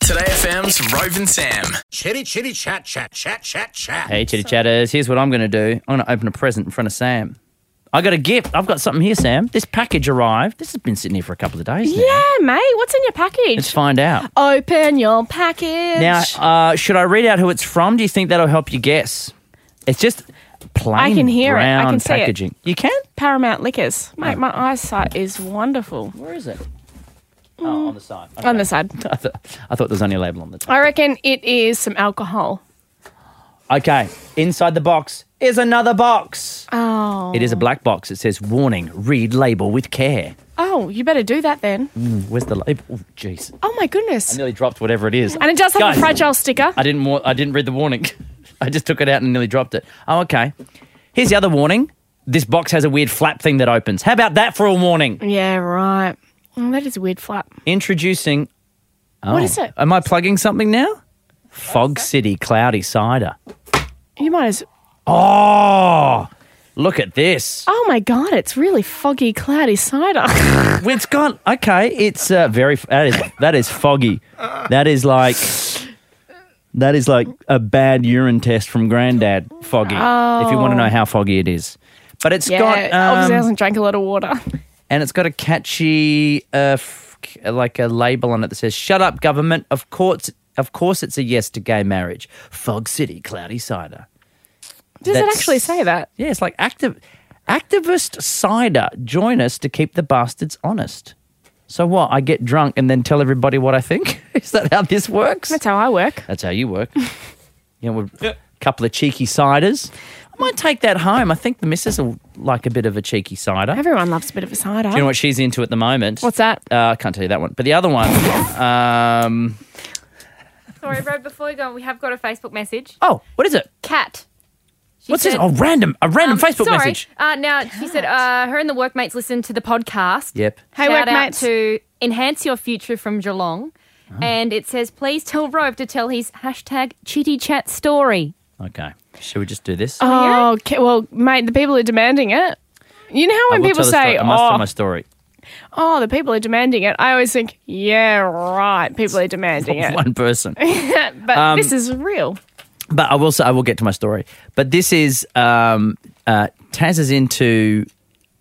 Today FM's Rove and Sam. Chitty chitty chat chat chat chat chat. Hey, chitty chatters. Here's what I'm going to do. I'm going to open a present in front of Sam. I got a gift. I've got something here, Sam. This package arrived. This has been sitting here for a couple of days now. Yeah, Oh, mate. What's in your package? Let's find out. Open your package. Now, uh, should I read out who it's from? Do you think that'll help you guess? It's just plain I can hear it. I brown can see it. packaging. You can? Paramount Liquors. Oh. Mate, my eyesight is wonderful. Where is it? Mm. Oh, on the side. Okay. On the side. I, th- I thought there was only a label on the top. I reckon it is some alcohol. Okay. Inside the box is another box. Oh. It is a black box. It says, warning, read label with care. Oh, you better do that then. Where's the label? Oh, jeez. Oh, my goodness. I nearly dropped whatever it is. And it does have Guys, a fragile sticker. I didn't. Wa- I didn't read the warning. I just took it out and nearly dropped it. Oh, okay. Here's the other warning. This box has a weird flap thing that opens. How about that for a warning? yeah, right. Mm, that is a weird flap. Introducing. What Oh. is it? Am I plugging something now? Fog City Cloudy Cider. You might as Oh, look at this. Oh my god, it's really foggy, cloudy cider. It's gone. Okay, it's uh, very. That is that is foggy. That is like. That is like a bad urine test from Granddad. Foggy. If you want to know how foggy it is, but it's Oh. yeah, got obviously um, hasn't drank a lot of water. and it's got a catchy uh, f- like a label on it that says "Shut up, government." Of course, of course, it's a yes to gay marriage. Fog City Cloudy Cider. Does it That's- actually say that? Yeah, it's like active activist cider. Join us to keep the bastards honest. So what? I get drunk and then tell everybody what I think. Is that how this works? That's how I work. That's how you work. you know, we're a couple of cheeky ciders. I might take that home. I think the missus will like a bit of a cheeky cider. Everyone loves a bit of a cider. You know what she's into at the moment? What's that? Uh, I can't tell you that one. But the other one. Um, Sorry, Rob, before you go on, we have got a Facebook message. oh, what is it? Cat. She What's this? said- Oh, random. A random Um, Facebook sorry. message. Uh, now, she said uh, her and the workmates listen to the podcast. Yep. Hey, Shout out workmates. to Enhance Your Future from Geelong. Ah. And it says, please tell Rove to tell his hashtag chitty chat story. Okay. Should we just do this? Oh, okay. well, mate, the people are demanding it. You know how I when will people tell the say, story. I must tell oh, my story. oh, the people are demanding it, I always think, yeah, right, people are demanding it. One person. But Um, this is real. But I will say I will get to my story. But this is um, uh, Taz is into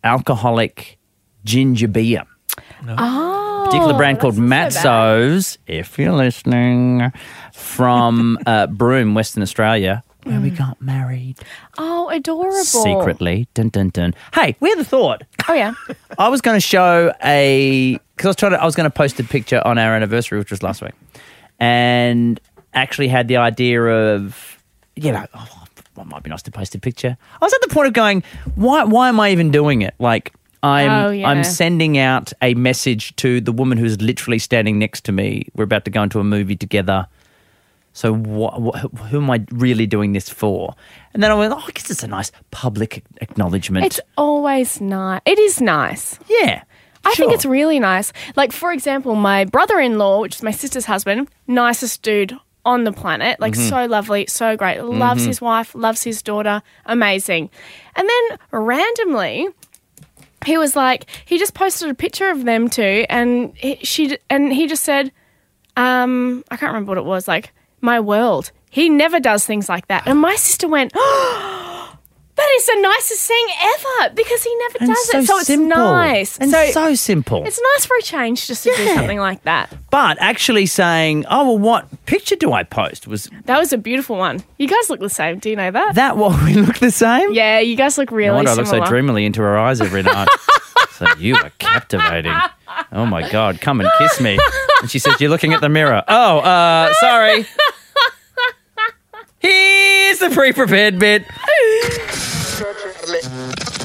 alcoholic ginger beer. Oh, Particular brand called Matzo's, if you're listening, from uh, Broome, Western Australia, where we got married oh, adorable. secretly. Dun dun dun. Hey, we had a thought. Oh, yeah. I was going to show a because I was trying to I was going to post a picture on our anniversary, which was last week, and actually had the idea of you know oh, it might be nice to post a picture. I was at the point of going, why why am I even doing it? Like I'm Oh, yeah. I'm sending out a message to the woman who's literally standing next to me. We're about to go into a movie together. So what, what, who am I really doing this for? And then I went, oh, I guess it's a nice public acknowledgement. It's always nice. It is nice. yeah. I think sure. it's really nice. Like, for example, my brother in law, which is my sister's husband, nicest dude on the planet. Like, Mm-hmm. so lovely, so great. Loves his wife, loves his daughter. Amazing. And then randomly, he was like, he just posted a picture of them two, and he, she and he just said, um, I can't remember what it was. Like, my world. He never does things like that. And my sister went, oh, that is the nicest thing ever because he never And does it. So it's nice. And so so, simple. it's nice for a change just to do something like that. But actually saying, oh, well, what picture do I post? Was That was a beautiful one. You guys look the same. Do you know that? that what we look the same? yeah, you guys look No really wonder I similar. look so dreamily into her eyes every night. so you are captivating. Oh my God, come and kiss me. And she says, You're looking at the mirror. Oh, uh, sorry. Here's the pre prepared bit. You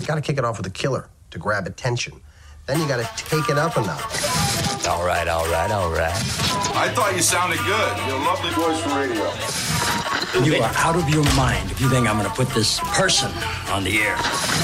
gotta kick it off with a killer to grab attention. Then you gotta take it up a notch. All right, all right, all right. I thought you sounded good. You're a lovely voice for radio. You are out of your mind if you think I'm gonna put this person on the air.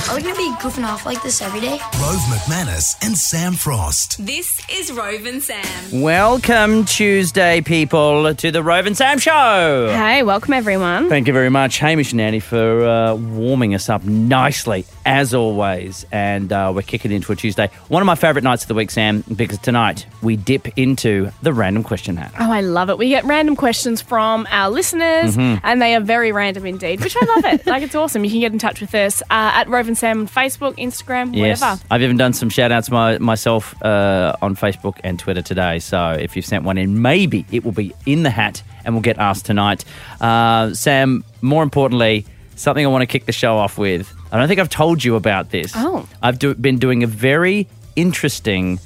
Are we gonna be goofing off like this every day? Rove McManus and Sam Frost. This is Rove and Sam. Welcome, Tuesday, people, to the Rove and Sam Show. Hey, welcome everyone. Thank you very much, Hamish and Andy, for uh, warming us up nicely. as always. And uh, we're kicking into a Tuesday. One of my favorite nights of the week, Sam, because tonight we dip into the random question hat. Oh, I love it. We get random questions from our listeners, Mm-hmm. and they are very random indeed, which I love it. like, it's awesome. You can get in touch with us uh, at Rove and Sam on Facebook, Instagram, whatever. I've even done some shout outs my, myself uh, on Facebook and Twitter today. So if you've sent one in, maybe it will be in the hat and will get asked tonight. Uh, Sam, more importantly, something I want to kick the show off with. I don't think I've told you about this. Oh. I've do, been doing a very interesting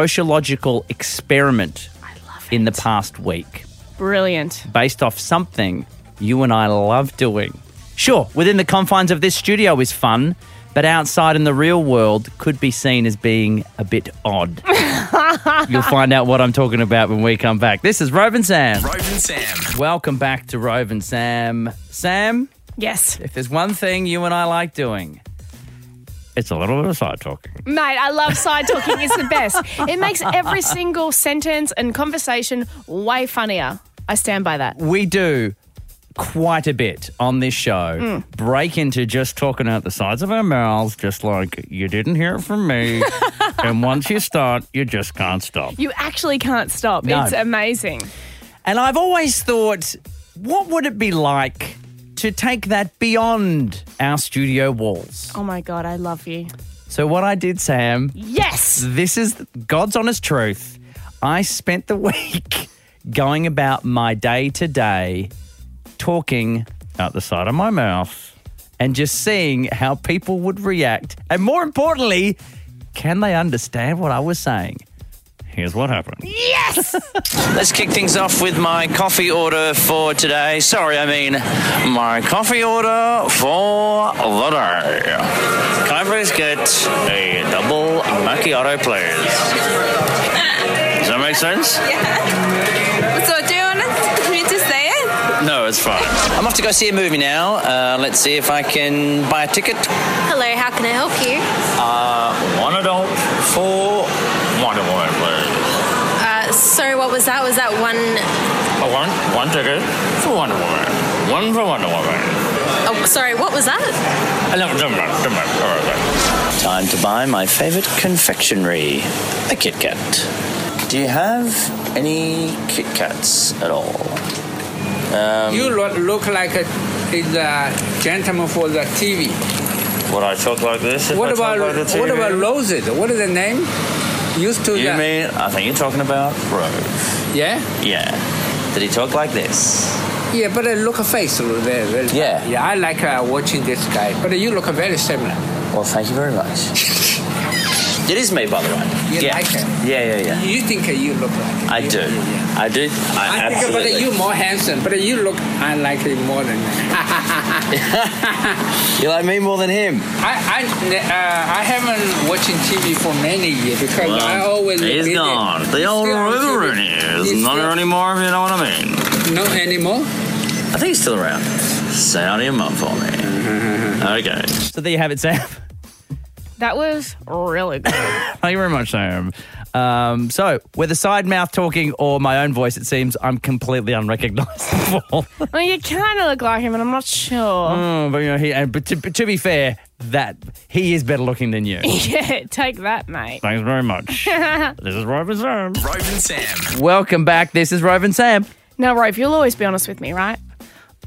sociological experiment in the past week Brilliant. based off something you and I love doing. Sure, within the confines of this studio is fun, but outside in the real world could be seen as being a bit odd. You'll find out what I'm talking about when we come back. This is Rove and Sam. Rove and Sam. Welcome back to Rove and Sam. Sam, Yes. if there's one thing you and I like doing, it's a little bit of side talking. Mate, I love side talking. It's the best. It makes every single sentence and conversation way funnier. I stand by that. we do quite a bit on this show break into just talking out the sides of our mouths just like you didn't hear it from me and once you start you just can't stop You actually can't stop. No. It's amazing. and i've always thought what would it be like to take that beyond our studio walls Oh my God, I love you. so what i did sam Yes. this is God's honest truth. I spent the week going about my day to day talking out the side of my mouth and just seeing how people would react. And more importantly, can they understand what I was saying? Here's what happened. Let's kick things off with my coffee order for today. Sorry, I mean my coffee order for the day. Can I please get a double macchiato, please? Does that make sense? So do you want me to say it? No, it's fine. I'm off to go see a movie now. Uh, let's see if I can buy a ticket. Hello, how can I help you? One adult for Wonder Woman, please. Uh, so what was that? Was that one One, one ticket for Wonder Woman. One for Wonder Woman. Uh, oh sorry, what was that? Time to buy my favorite confectionery, a Kit Kat. Do you have any Kit Kats at all? um, You lo- look like a, is a gentleman for the TV. Would I talk like this? if I What talk about like the what TV? about roses? What is the name? Used to You the, mean, I think you're talking about Rove. yeah Yeah. Did he talk like this? yeah, but uh, look a face there. very- Yeah. yeah. I like uh, watching this guy, but you look very similar. Well, thank you very much. It is me, by the way. You yeah. like it? Yeah, yeah, yeah. You think you look like? I yeah, do. yeah, yeah. I do. I, I think absolutely. but you more handsome, but you look I like you more than You like me more than him. I I uh, I haven't watching TV for many years because I always he's busy. gone. The He's old still on TV. River is He's not still- here anymore, if you know what I mean. No anymore. I think he's still around. Say out of your mum for me. okay. So there you have it, Sam. That was really good. Thank you very much, Sam. Um, so, whether side mouth talking or my own voice, it seems I'm completely unrecognizable. well, you kind of look like him, and I'm not sure. Oh, but you know, he, and, but to, but to be fair, that he is better looking than you. Yeah, take that, mate. Thanks very much. this is Rob and Sam. Rove and Sam. Welcome back. This is Rob and Sam. Now, Rove, you'll always be honest with me, right?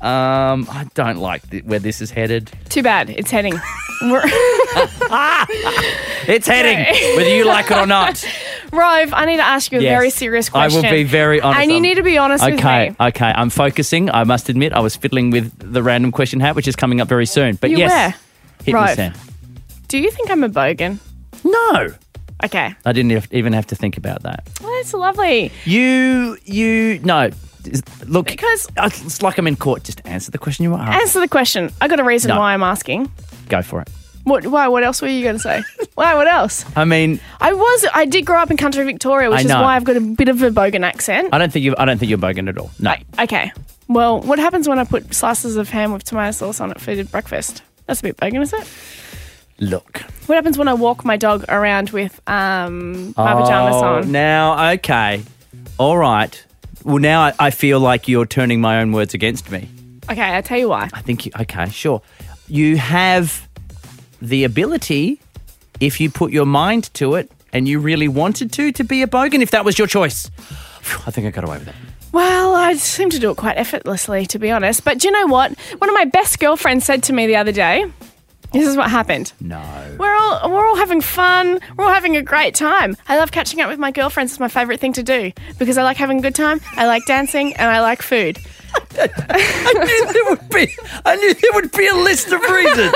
Um, I don't like th- where this is headed. Too bad. It's heading. We're- It's heading, whether you like it or not. Rove, I need to ask you a Yes. very serious I question. will be very honest. And you I'm- need to be honest with Okay, me. okay. I'm focusing. I must admit, I was fiddling with the random question hat, which is coming up very soon. But You yes, hit me, Right. Sam. Do you think I'm a bogan? No, Okay. I didn't ev- even have to think about that. Well, that's lovely. You, you, no. Look, Because- it's like I'm in court. Just answer the question you were asked. Answer the question. I got a reason No. why I'm asking. Go for it. What? Why? What else were you going to say? why? What else? I mean, I was. I did grow up in country Victoria, which I is know. why I've got a bit of a bogan accent. I don't think you. I don't think you're bogan at all. No. okay. Well, what happens when I put slices of ham with tomato sauce on it for breakfast? That's a bit bogan, is it? Look. What happens when I walk my dog around with um, my pajamas Oh, on? Now, okay, all right. Well, now I, I feel like you're turning my own words against me. Okay, I tell you why. I think. You, okay, sure. You have. the ability, if you put your mind to it and you really wanted to, to be a bogan, if that was your choice. Phew, I think I got away with that. Well, I seem to do it quite effortlessly, to be honest. But do you know what? One of my best girlfriends said to me the other day, this is what happened. No. We're all we're all having fun. We're all having a great time. I love catching up with my girlfriends. It's my favorite thing to do because I like having a good time. I like dancing and I like food. I knew there would be. I knew there would be a list of reasons.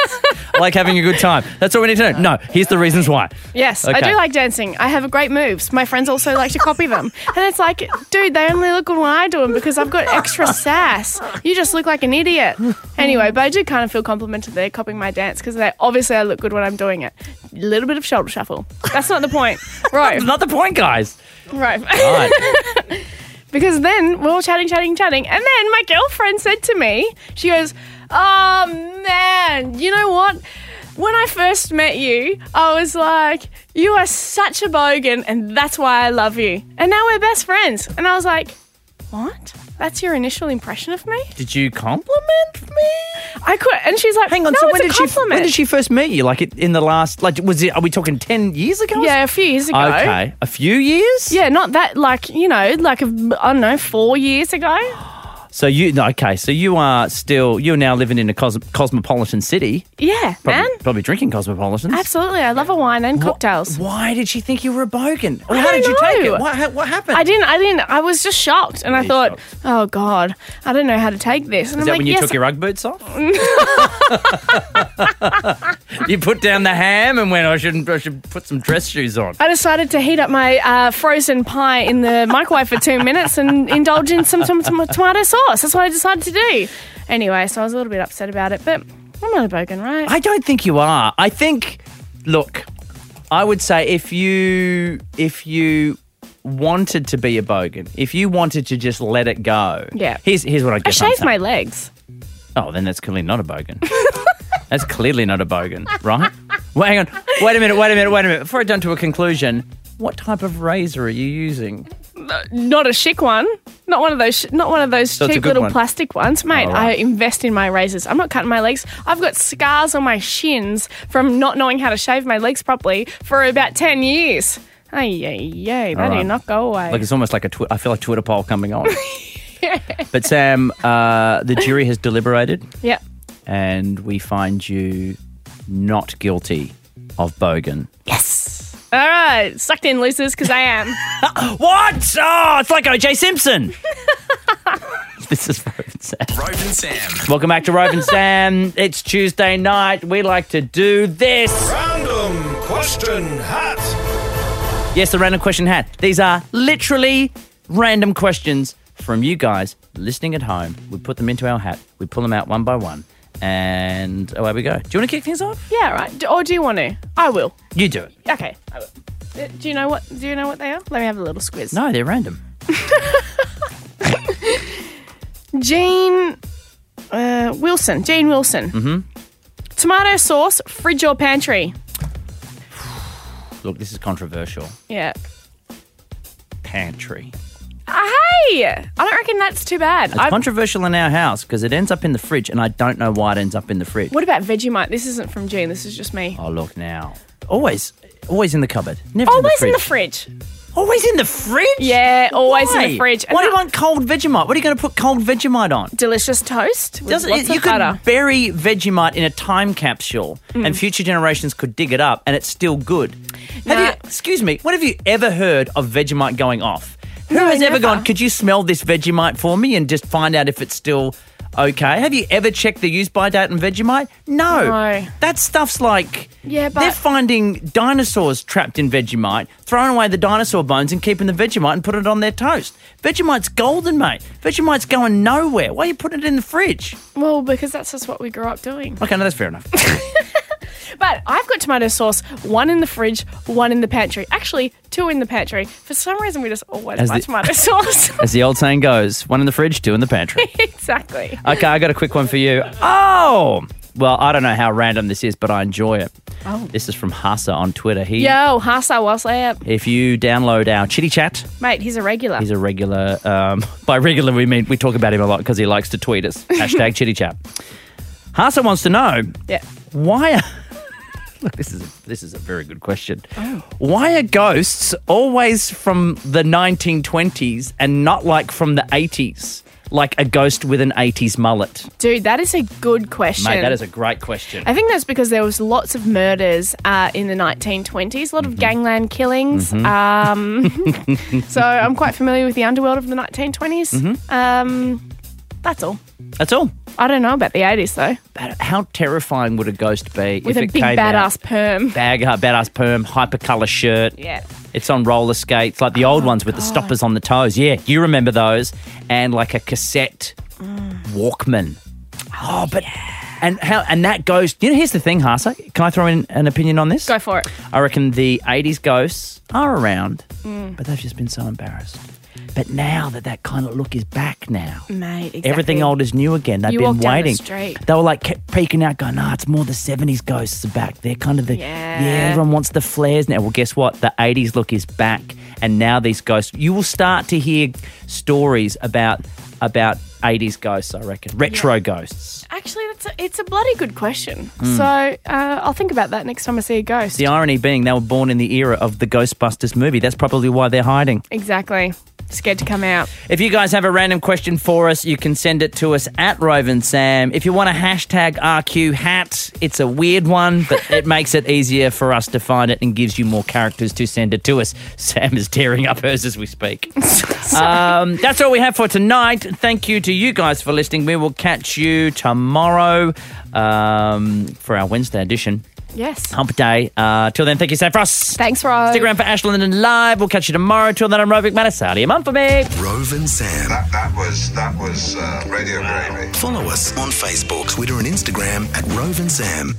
like having a good time. That's all we need to know. No, here's the reasons why. Yes, I Okay. do like dancing. I have great moves. My friends also like to copy them. And it's like, dude, they only look good when I do them because I've got extra sass. You just look like an idiot. Anyway, but I do kind of feel complimented they're copying my dance because they obviously I look good when I'm doing it. Little bit of shoulder shuffle. That's not the point. Right. Not the point, guys. Right. All right. because then we're all chatting, chatting, chatting. And then my girlfriend said to me, she goes, Oh man, you know what? When I first met you, I was like, You are such a bogan, and that's why I love you. And now we're best friends. And I was like, What? That's your initial impression of me? Did you compliment me? I could. And she's like, Hang on. no, so it's when a did she? compliment. When did she first meet you? Like in the last? Like was it? Are we talking ten years ago? Yeah, a few years ago. Okay, a few years. Yeah, not that, like, you know, like, I I don't know, four years ago. So you no, okay? So you are still you're now living in a cos- cosmopolitan city. Yeah, Probably, man. probably drinking cosmopolitans. Absolutely. I love a wine and cocktails. Why did she think you were a bogan? Or I how did you don't take know. it? What, ha- what happened? I didn't. I didn't. I was just shocked, and I Really thought, shocked. "Oh God, I don't know how to take this." And Is that I'm like, when you "Yes, took your rug boots off? you put down the ham and went, I shouldn't. I should put some dress shoes on. I decided to heat up my uh, frozen pie in the microwave for two minutes and indulge in some, some, some tomato sauce. That's what I decided to do. Anyway, so I was a little bit upset about it, but I'm not a bogan, right? I don't think you are. I think, look, I would say if you if you wanted to be a bogan, if you wanted to just let it go, Yeah. Here's here's what I I guess. I'm shaved my saying. legs. Oh, then that's clearly not a bogan. that's clearly not a bogan, right? Well, hang on. Wait a minute. Wait a minute. Wait a minute. Before I jump to a conclusion, what type of razor are you using? Not a chic one. Not one of those. Sh- not one of those it's a cheap good little one. plastic ones, mate. All right. I invest in my razors. I'm not cutting my legs. I've got scars on my shins from not knowing how to shave my legs properly for about ten years. Ay, yay, yay! That right. did not go away. Like it's almost like a twi- I feel like Twitter poll coming on. But Sam, uh, the jury has deliberated, yeah. and we find you not guilty of bogan. All right, sucked in losers because I am. What? Oh, it's like OJ Simpson. this is Rove and Sam. Rove and Sam. Welcome back to Rove and Sam. It's Tuesday night. We like to do this. Random question hat. Yes, the random question hat. These are literally random questions from you guys listening at home. We put them into our hat. We pull them out one by one. And away we go. Do you want to kick things off? yeah, right. Do, or do you want to? I will. You do it. Okay, I will. Uh, Do you know what? Do you know what they are? Let me have a little squiz. No, they're random. Jean uh, Wilson. Jean Wilson. Mm-hmm. Tomato sauce, fridge or pantry? Look, this is controversial. Yeah. Pantry. Hey, I don't reckon that's too bad. It's I- controversial in our house because it ends up in the fridge, and I don't know why it ends up in the fridge. what about Vegemite? This isn't from Jean. This is just me. Oh, look now. Always, always in the cupboard. Never Always in Oh, in the the fridge. fridge. always in the fridge? Yeah, always in the Why? fridge. And Why do you that- want cold Vegemite? What are you going to put cold Vegemite on? delicious toast? With Doesn't- lots you of could butter. Mm. bury Vegemite in a time capsule, and future generations could dig it up, and it's still good. Have Nah. you, excuse me. What have you ever heard of Vegemite going off? Who No, has ever never. gone? Could you smell this Vegemite for me and just find out if it's still okay? Have you ever checked the use by date on Vegemite? No. No. That stuff's like. Yeah, but- they're finding dinosaurs trapped in Vegemite, throwing away the dinosaur bones and keeping the Vegemite and putting it on their toast. Vegemite's golden, mate. Vegemite's going nowhere. Why are you putting it in the fridge? Well, because that's just what we grew up doing. Okay, no, that's fair enough. But I've got tomato sauce, one in the fridge, one in the pantry. Actually, two in the pantry. For some reason, we just always As buy the- tomato sauce. As the old saying goes, one in the fridge, two in the pantry. exactly. Okay, I got a quick one for you. Oh, well, I don't know how random this is, but I enjoy it. Oh. This is from Hassa on Twitter. He, Yo, Hasa Waslap. If you download our Chitty Chat, Mate, he's a regular. he's a regular. Um, by regular, we mean we talk about him a lot because he likes to tweet us. Hashtag Chitty Chat. Hassa wants to know yeah. why. Are, Look, this is this is a very good question. Oh. Why are ghosts always from the 1920s and not like from the 80s? Like a ghost with an 80s mullet. Dude, that is a good question. Mate, that is a great question. I think that's because there was lots of murders uh, in the 1920s, a lot Mm-hmm. of gangland killings. Um, so I'm quite familiar with the underworld of the 1920s. Mm-hmm. Um, that's all. That's all. I don't know about the 80s though. But How terrifying would a ghost be With if a it big came out? badass perm. Bag, uh, badass perm, hypercolor shirt. Yeah. It's on roller skates, like the old ones with the stoppers on the toes. Yeah, you remember those. And like a cassette Walkman. Oh, but and how and that ghost. You know, here's the thing, Hasa. Can I throw in an opinion on this? Go for it. I reckon the '80s ghosts are around, but they've just been so embarrassed. But now that that kind of look is back, now Mate, exactly. everything old is new again. They've You been walk down the waiting. street. They were like kept peeking out, going, "Ah, it's more the '70s ghosts are back. They're kind of the Yeah. Everyone wants the flares now. Well, guess what? The '80s look is back, and now these ghosts. You will start to hear stories about about '80s ghosts. I reckon retro ghosts. Actually, that's a, it's a bloody good question. Hmm. So uh, I'll think about that next time I see a ghost. The irony being, they were born in the era of the Ghostbusters movie. That's probably why they're hiding. Exactly. Scared to come out. If you guys have a random question for us, you can send it to us at Roven Sam. If you want a hashtag RQ hat, it's a weird one, but it makes it easier for us to find it and gives you more characters to send it to us. Sam is tearing up hers as we speak. um, that's all we have for tonight. Thank you to you guys for listening. We will catch you tomorrow um, for our Wednesday edition, Yes. Hump Day. Uh, till then, thank you, Sam, for us. Thanks, Rob. Stick around for Ashland and Live. We'll catch you tomorrow. Till then, I'm Rovic Manasali. A month for me. Roven Sam. That, that was, that was uh, radio gravy. Follow us on Facebook, Twitter, and Instagram at Roven Sam.